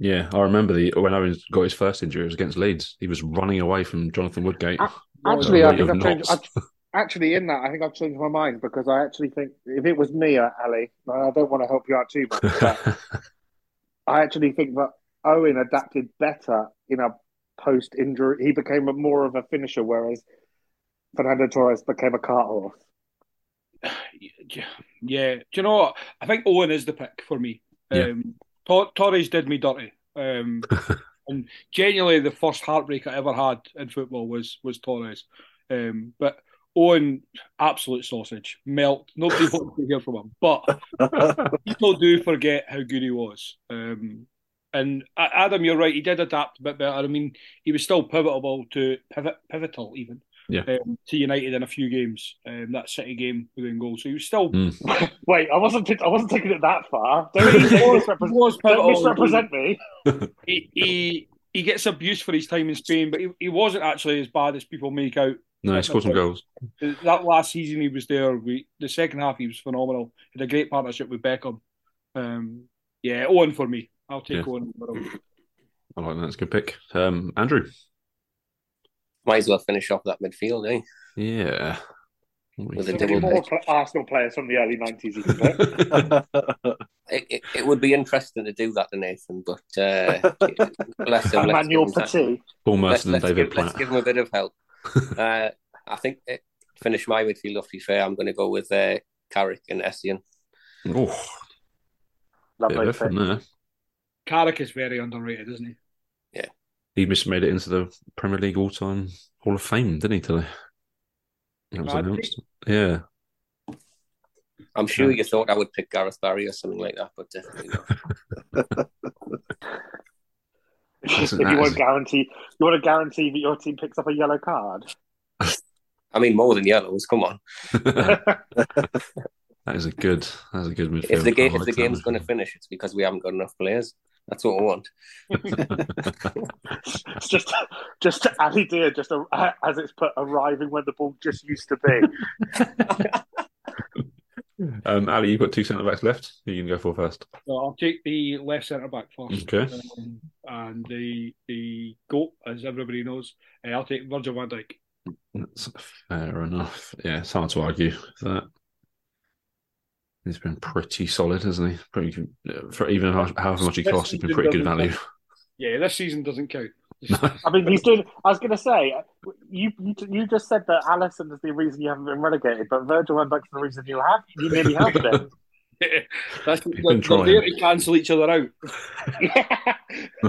S1: Yeah, I remember the when Owens got his first injury, it was against Leeds. He was running away from Jonathan Woodgate.
S3: Ah,
S2: Well,
S3: actually, I
S1: rate
S3: think
S1: of
S3: I've changed. I've,
S1: knots.
S3: actually, in that, I think I've changed my mind because I actually think if it was me, uh, Ali, I don't want to help you out too much. But I actually think that Owen adapted better in a post-injury. He became a, more of a finisher, whereas Fernando Torres became a cart horse.
S2: yeah. Do you know what? I think Owen is the pick for me.
S1: Yeah.
S2: Um, Tor- Torres did me dirty. Um, and genuinely, the first heartbreak I ever had in football was was Torres. Um, but Owen, absolute sausage, melt. Nobody wants to hear from him, but people do forget how good he was. Um, and A- Adam, you're right. He did adapt a bit better. I mean, he was still pivotal to pivot, pivotal even.
S1: Yeah.
S2: Um, to United in a few games, um, that City game within goal. So he was still
S1: Mm.
S3: Wait, I wasn't. I wasn't taking it that far. Don't misrepresent,
S2: was
S3: don't
S2: pivotal.
S3: misrepresent me.
S2: He, he he gets abused for his time in Spain, but he, he wasn't actually as bad as people make out.
S1: no, he scored some goals.
S2: That last season he was there, we the second half he was phenomenal. Had a great partnership with Beckham. Um, yeah, Owen for me. I'll take
S1: Yeah.
S2: Owen.
S1: I like that. That's a good pick. Um, Andrew.
S5: Might as well finish off that midfield, eh?
S1: Yeah. What do you
S5: With a
S1: think?
S5: double
S3: Any more pl- Arsenal players from the early nineties. you can pick.
S5: It, it, it would be interesting to do that to Nathan, but uh, bless him. let's
S3: Emmanuel
S5: give him time.
S3: Petit.
S1: Paul
S5: Let's,
S1: Merson and
S5: let's,
S1: David
S5: give, let's
S1: Platt.
S5: give him a bit of help. uh, I think it, finish my midfield off. To be fair, I'm going to go with uh, Carrick and Essien.
S1: Oh, bit
S3: Lovely.
S1: different
S3: pick.
S1: there.
S2: Carrick is very underrated, isn't he?
S1: He just made it into the Premier League all-time Hall of Fame, didn't he? Today. That was
S2: Mad
S1: announced. Yeah.
S5: I'm sure
S1: Yeah.
S5: you thought I would pick Gareth Barry or something like that, but definitely not.
S1: Listen,
S3: If you
S1: that
S3: want
S1: is-
S3: to guarantee, you want to guarantee that your team picks up a yellow card.
S5: I mean, more than yellows. Come on.
S1: that is a good. That is a good midfield.
S5: If the game
S1: I
S5: if the
S1: like that
S5: game's going to
S1: midfield.
S5: finish, it's because we haven't got enough players. That's what I want.
S3: It's just, just Ali Deer, just a, as it's put, arriving when the ball just used to be.
S1: um, Ali, you've got two centre backs left. Who you can go for first?
S2: So I'll take the left centre back first.
S1: Okay.
S2: Um, and the the goat, as everybody knows, uh, I'll take Virgil van Dijk.
S1: That's fair enough. Yeah, it's hard to argue with that. He's been pretty solid, hasn't he? Pretty good- uh, for even how- however much he
S2: Especially
S1: costs, he's been
S2: if
S1: pretty good
S2: he
S1: value.
S2: Yeah, this season doesn't count.
S3: I mean, he's doing. I was going to say, you, you you just said that Allison is the reason you haven't been relegated, but Virgil van Dijk's the reason you have. You nearly have been.
S2: That's,
S1: been
S2: they're, they're
S1: trying.
S2: there to cancel each other out.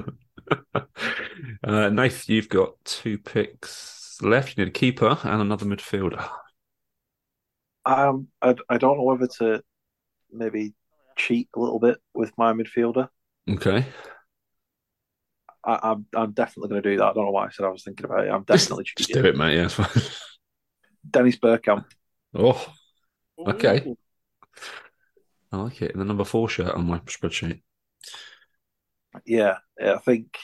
S1: uh, Nath, you've got two picks left. You need a keeper and another midfielder.
S4: Um, I, I don't know whether to maybe cheat a little bit with my midfielder.
S1: Okay.
S4: I, I'm I'm definitely going to do that. I don't know why I said I was thinking about it. I'm definitely
S1: Just
S4: cheating.
S1: do it, mate. Yeah, it's fine.
S4: Dennis Burkham.
S1: Oh, Okay. I like it. And the number four shirt on my spreadsheet.
S4: Yeah, yeah, I think.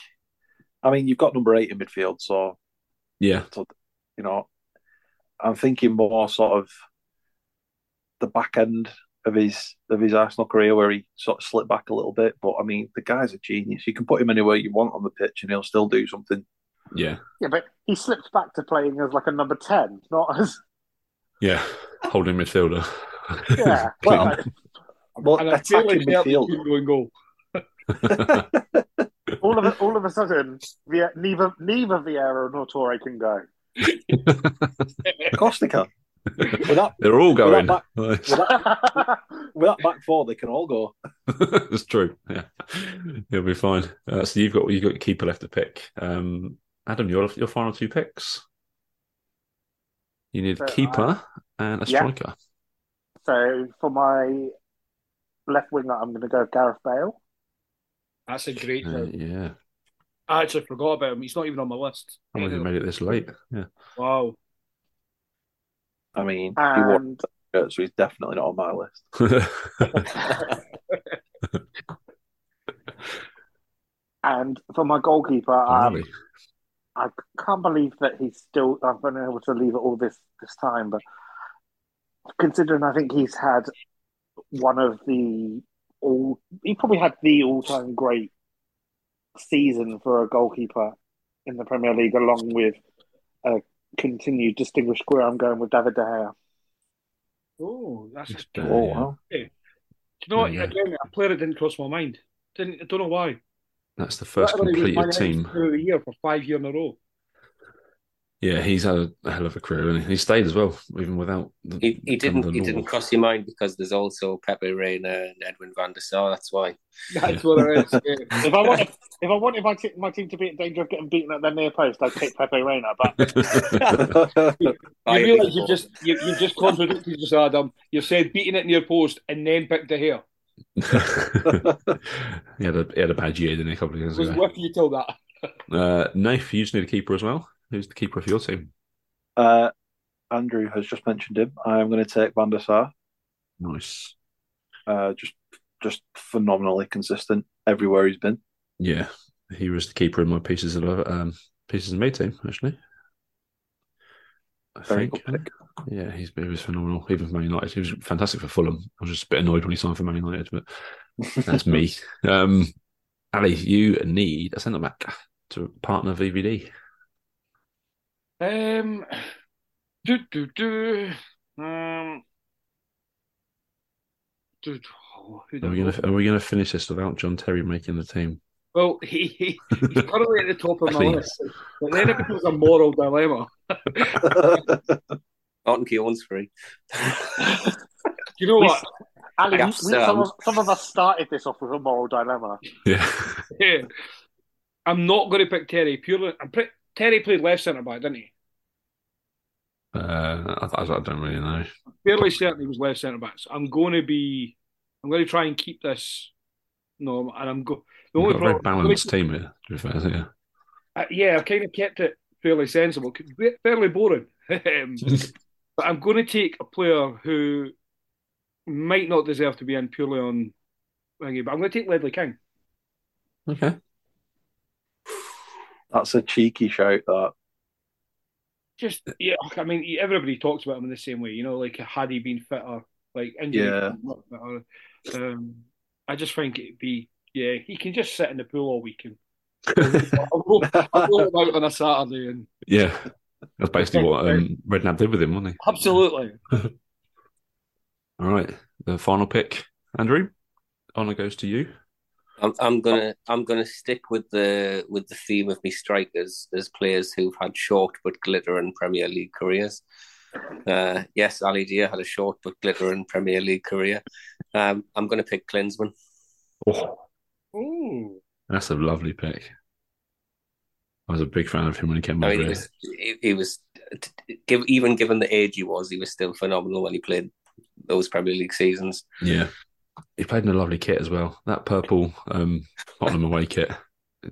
S4: I mean, you've got number eight in midfield, so
S1: Yeah.
S4: you know, I'm thinking more sort of the back end of his of his Arsenal career where he sort of slipped back a little bit. But I mean, the guy's a genius. You can put him anywhere you want on the pitch, and he'll still do something.
S1: Yeah.
S3: yeah, but he slips back to playing as like a number ten, not as
S1: Yeah. Holding midfielder.
S3: yeah.
S1: Clean.
S3: Well,
S4: Well,
S2: And I feel like
S4: attacking midfield.
S2: midfield. go and go.
S3: all of a, all of a sudden, Vie- neither neither Vieira nor Torre can go.
S4: Of course they can. With that,
S1: They're all
S4: Well,
S1: going.
S4: that
S1: Nice.
S4: with that, with that back four, they can all go.
S1: That's true. Yeah, he'll be fine. Uh, so you've got you've got your keeper left to pick. Um, Adam, your your final two picks. You need a
S3: Uh,
S1: keeper and a
S3: yeah.
S1: striker.
S3: so for my left winger, I'm going to go with Gareth Bale.
S2: That's a great.
S1: Uh,
S2: one.
S1: yeah,
S2: I actually forgot about him. He's not even on my list.
S1: I who made it this late. Yeah,
S2: Wow.
S4: I mean, he won't,
S3: And
S4: so he's definitely not on my list.
S3: and for my goalkeeper, um,
S1: Blimey.
S3: I can't believe that he's still. I've been able to leave it all this this time, but considering I think he's had one of the all, he probably had the all time great season for a goalkeeper in the Premier League, along with a continued distinguished career. I'm going with David De Gea.
S2: Oh, that's. Do
S1: Yeah,
S4: oh
S1: yeah.
S4: wow!
S2: you know what?
S1: uh, Yeah.
S2: Again, a player that didn't cross my mind. Didn't. I don't know why.
S1: That's the first
S2: Literally was
S1: completed team.
S2: my player of the year for five year in a row.
S1: Yeah, he's had a hell of a career, and he? he stayed as well, even without. The,
S5: He, he didn't
S1: Gundogan
S5: he
S1: Wall.
S5: didn't cross your mind because there's also Pepe Reina and Edwin van der Sar. That's why.
S2: That's what it is. yeah.
S3: If I wanted, if I wanted my, t- my team to be in danger of getting beaten at their near post, I'd take Pepe Reina. But
S5: I-
S2: You realise you've just you, you've just contradicted yourself, Adam. You said beating it near post and then picked the hair.
S1: he had a he had a bad year, didn't he? A couple of years
S2: It was
S1: ago.
S2: with you till that.
S1: Uh, Nath, you just need a keeper as well. Who's the keeper for your team?
S4: Uh, Andrew has just mentioned him. I am going to take Van der Sar.
S1: Nice.
S4: Uh, just, just phenomenally consistent everywhere he's been.
S1: Yeah, he was the keeper in my pieces of um, pieces of me team actually. I
S4: Very
S1: think.
S4: good pick.
S1: Yeah, he's, he was phenomenal. Even for Man United, he was fantastic for Fulham. I was just a bit annoyed when he signed for Man United, but that's me. Um, Ali, you need a centre back to partner VVD.
S2: Um, do do do. Um, do, oh, who
S1: Are
S2: the
S1: we
S2: hell-
S1: gonna Are we gonna finish this without John Terry making the team?
S2: Well, he, he he's currently at the top of my
S1: Please.
S2: list, but then it becomes a moral dilemma.
S5: Orton Keown's free.
S2: You know what?
S3: Ali,
S5: Like,
S3: we- some,
S5: um,
S3: of, some of us started this off with a moral dilemma.
S1: Yeah,
S2: Yeah. I'm not going to pick Terry purely. I'm pre- Terry played left centre back, didn't he?
S1: uh, I, I don't really know.
S2: Fairly certain he was left centre back. So I'm going to be. I'm going to try and keep this No, and I'm go. The
S1: We've
S2: only
S1: got a very
S2: problem,
S1: balanced team here, to be fair, isn't it?
S2: Uh, yeah, I've kind of kept it fairly sensible, fa- fairly boring. Um, but I'm going to take a player who might not deserve to be in purely on. thingy, But I'm going to take Ledley King.
S1: Okay.
S4: That's a cheeky shout. That
S2: Just yeah, I mean e-, everybody talks about him in the same way. You know, like had he been fitter, like injury,
S4: Yeah.
S2: not fitter. Um, I just think it'd be yeah. He can just sit in the pool all weekend. I'll roll, I'll roll him out on a Saturday and
S1: yeah. That's basically what um, Redknapp did with him, wasn't he?
S2: absolutely.
S1: All right. The final pick, Andrew. Honor goes to you.
S5: I'm, I'm gonna
S1: Oh.
S5: I'm gonna stick with the with the theme of me strikers as players who've had short but glittering Premier League careers. Uh, yes, Ali Dia had a short but glittering Premier League career. Um, I'm gonna pick Klinsman.
S1: Oh,
S2: Ooh.
S1: that's a lovely pick. I was a big fan of him when he came
S5: I
S1: over
S5: mean, Oh, he
S1: here.
S5: was he, he was give, even given the age he was, he was still phenomenal when he played those Premier League seasons.
S1: Yeah. He played in a lovely kit as well. That purple um Tottenham away kit.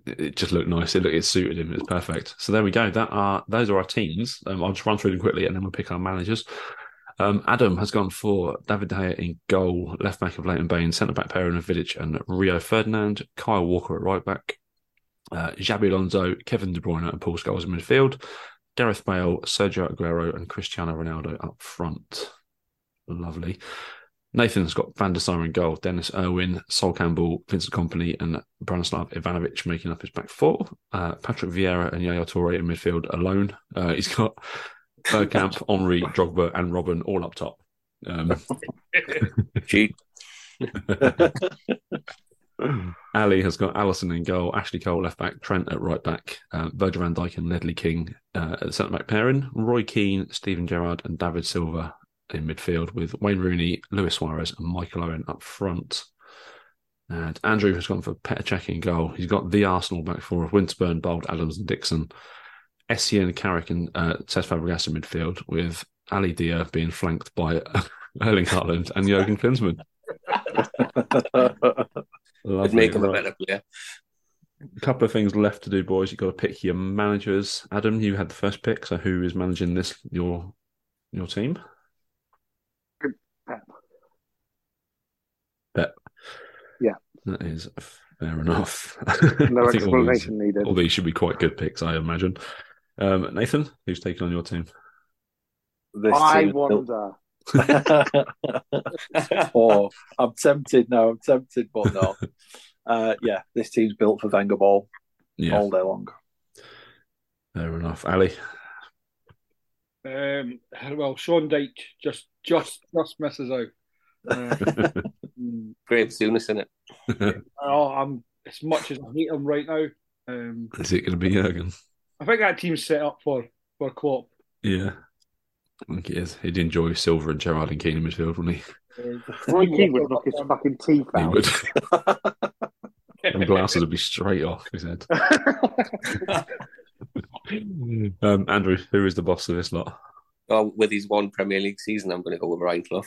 S1: It, it just looked nice. It looked it suited him. It's perfect. So there we go. That are those are our teams. Um, I'll just run through them quickly and then we'll pick our managers. Um, Adam has gone for David De Gea in goal, left back of Leighton Baines, centre back pairing of Vidic and Rio Ferdinand, Kyle Walker at right back, uh, Xabi Alonso, Kevin De Bruyne and Paul Scholes in midfield, Gareth Bale, Sergio Aguero and Cristiano Ronaldo up front. Lovely. Nathan's got Van der Sar in goal, Dennis Irwin, Sol Campbell, Vincent Company, and Branislav Ivanovic making up his back four. Uh, Patrick Vieira and Yaya Toure in midfield alone. Uh, he's got Bergkamp, Henri, Drogba, and Robin all up top. Um,
S5: Gee,
S1: Ali has got Allison in goal, Ashley Cole left back, Trent at right back, uh, Virgil van Dijk and Ledley King uh, at centre back pairing, Roy Keane, Stephen Gerrard, and David Silva in midfield with Wayne Rooney, Luis Suarez, and Michael Owen up front. And Andrew has gone for Petr Cech in goal. He's got the Arsenal back four of Winterburn, Bold, Adams, and Dixon. Essien, Carrick, and uh, Cesc Fabregas in midfield with Ali Dia being flanked by Erling Haaland and Jurgen Klinsmann.
S5: would make him a
S1: Lovely.
S5: better player.
S1: couple of things left to do, boys. You've got to pick your managers. Adam, you had the first pick, so who is managing this your your team?
S3: Pep.
S1: Pep.
S3: Yeah.
S1: That is fair enough.
S3: No
S1: I think all these-
S3: explanation needed.
S1: All these should be quite good picks, I imagine. Um, Nathan, who's taking on your team?
S4: this
S3: I
S4: team is built-
S3: wonder.
S4: oh, I'm tempted now. I'm tempted, but no. Uh, yeah, this team's built for Wenger ball
S1: Yeah,
S3: Oh.
S4: all day long.
S1: fair enough. Ali,
S2: Um, well, Sean Dyche just just just misses out. Uh, mm,
S5: Grave Soonest in it.
S2: oh, I'm as much as I hate him right now. Um,
S1: is it going to be Jurgen?
S2: I think that team's set up for for Klopp.
S1: Yeah, I think it is. He'd enjoy Silver and Gerard and Keane in midfield, wouldn't he?
S2: Uh,
S3: Roy Keane would knock his fucking teeth
S1: He
S3: out.
S1: would. and glasses would be straight off his head. um, Andrew, who is the boss of this lot?
S5: Oh, with his one Premier League season, I'm going to go with Ryan Clough.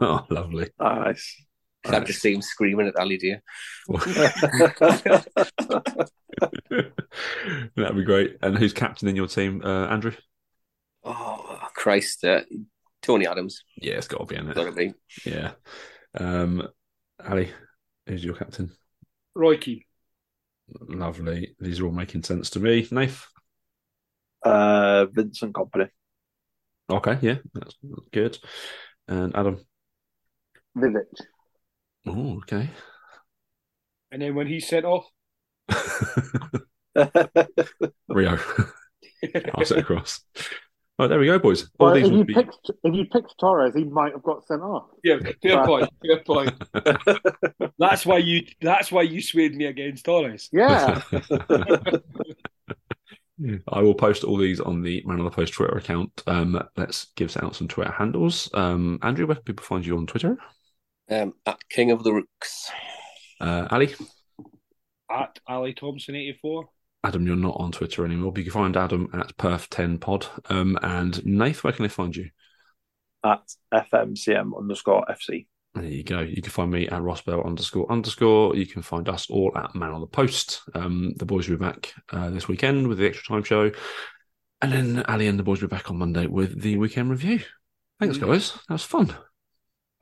S1: oh, lovely.
S4: Nice.
S5: I've just seen him screaming at Ali Dia.
S1: That'd be great. And who's captain in your team, uh, Andrew?
S5: Oh Christ! Uh, Tony Adams
S1: Yeah, it's got to be in
S5: got to
S1: it.
S5: be.
S1: Yeah. Um, Ali, who's your captain?
S2: Roy Keane.
S1: Lovely. These are all making sense to me. Nath?
S4: uh, Vincent Company.
S1: Okay, yeah, that's good. And Adam?
S3: Vidic.
S1: Oh, okay.
S2: And then when he's sent off,
S1: Rio, pass it across. Right, there we go, boys. All
S3: Well,
S1: these
S3: if you
S1: would be...
S3: picked if you picked Torres, he might have got sent off.
S2: yeah, fair
S3: Right.
S2: point, fair point. That's why you that's why you swayed me against Torres.
S3: Yeah,
S1: I will post all these on the Man on the Post Twitter account. Um, let's give out some Twitter handles. Um, Andrew, where can people find you on Twitter?
S5: Um, at King of the Rooks.
S1: Uh, Ali,
S2: At Ali Thompson eighty four.
S1: Adam, you're not on Twitter anymore, but you can find Adam at Perf10Pod. Um, and Nath, where can they find you?
S4: at FMCM underscore FC.
S1: There you go. You can find me at Rossbell underscore underscore. You can find us all at Man on the Post. Um, the boys will be back uh, this weekend with the extra time show. And then Ali and the boys will be back on Monday with the weekend review. Thanks, guys. That was fun.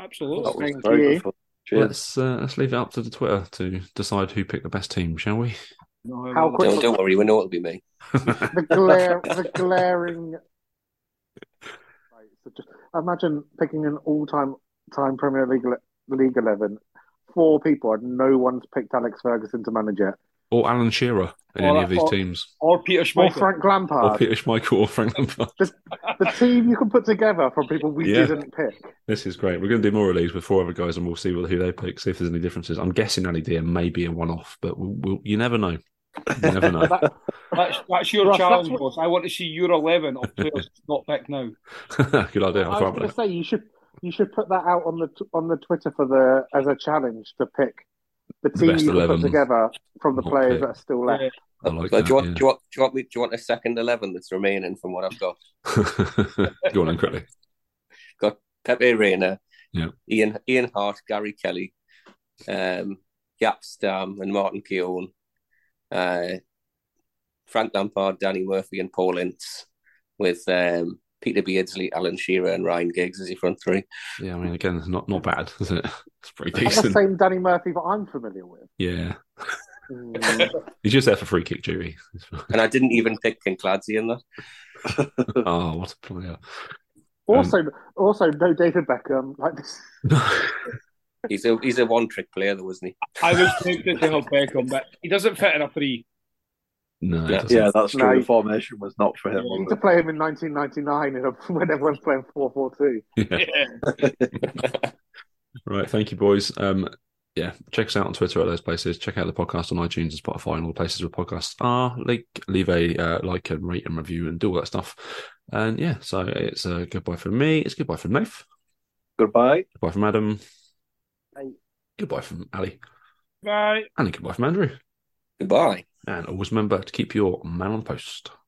S2: Absolutely.
S4: That was
S3: Thank
S4: very
S3: you.
S4: good fun. Cheers.
S1: Let's uh, let's leave it up to the Twitter to decide who picked the best team, shall we?
S2: No,
S3: How
S2: no.
S3: quick-
S5: Don't, don't worry, we know it'll be me.
S3: the glare, the glaring. Right, so just- Imagine picking an all-time time Premier League le- League eleven. Four people, and no one's picked Alex Ferguson to manage it,
S1: or Alan Shearer in
S2: Or-
S1: any of these
S3: or-
S1: teams,
S2: Or Peter
S3: or
S2: Schmeichel.
S3: Frank Lampard.
S1: or Peter Schmeichel or Frank Lampard.
S3: the team you can put together from people we
S1: Yeah.
S3: didn't pick.
S1: This is great. We're going to do more of these with four other guys, and we'll see who they pick. See if there's any differences. I'm guessing Ali Deer may be a one-off, but we'll, we'll, you never know. You never know.
S3: That-
S2: That's, that's your
S3: Ross,
S2: challenge,
S3: that's
S2: boss. I want to see your 11 of players not picked now.
S1: Good idea. I
S3: I was
S1: can't
S3: going to say you should you should put that out on the t- on the Twitter for the as a challenge to pick the team
S1: best
S3: you can
S1: 11.
S3: put together from the
S1: Not
S3: players
S1: picked.
S3: that are still left.
S2: Yeah.
S1: I like
S5: Well,
S1: that.
S5: do, you want,
S1: yeah.
S5: do, you want, do, you want me, do you want a second 11 that's remaining from what I've got?
S1: Go on then quickly.
S5: Pepe Reina,
S1: Yeah.
S5: Ian Ian Hart, Gary Kelly, um, Yap Stam, and Martin Keown, uh, Frank Lampard, Danny Murphy, and Paul Ince, with um, Peter Beardsley, Alan Shearer, and Ryan Giggs as your front three.
S1: Yeah, I mean, again, it's not not bad, is it? It's pretty
S3: That's the
S1: decent.
S3: same Danny Murphy that I'm familiar with.
S1: Yeah,
S3: Mm.
S1: he's just there for free kick duty.
S5: And I didn't even pick Kincladsey in that.
S1: oh, what a player!
S3: also, also no David Beckham. Like this,
S5: He's a he's a one trick player, though, wasn't he?
S2: I was tempted to have Beckham, but he doesn't fit in a three.
S1: no, it
S5: Yeah.
S1: doesn't.
S4: Yeah, that's true.
S3: No.
S4: The formation was not for him.
S3: you
S4: was
S3: need to play him in 1999 in a, when everyone's playing 4-4-2.
S1: Yeah. Right. Thank you, boys. Um, yeah, check us out on Twitter at those places. Check out the podcast on iTunes and Spotify and all the places where podcasts are. Like, leave a uh, like and rate and review and do all that stuff. And yeah, so it's a goodbye from me. It's goodbye from Nath.
S4: Goodbye.
S1: Goodbye from Adam.
S3: Bye.
S1: Goodbye from Ali.
S2: Right.
S1: And a goodbye from Andrew.
S5: Goodbye.
S1: And always remember to keep your man on the post.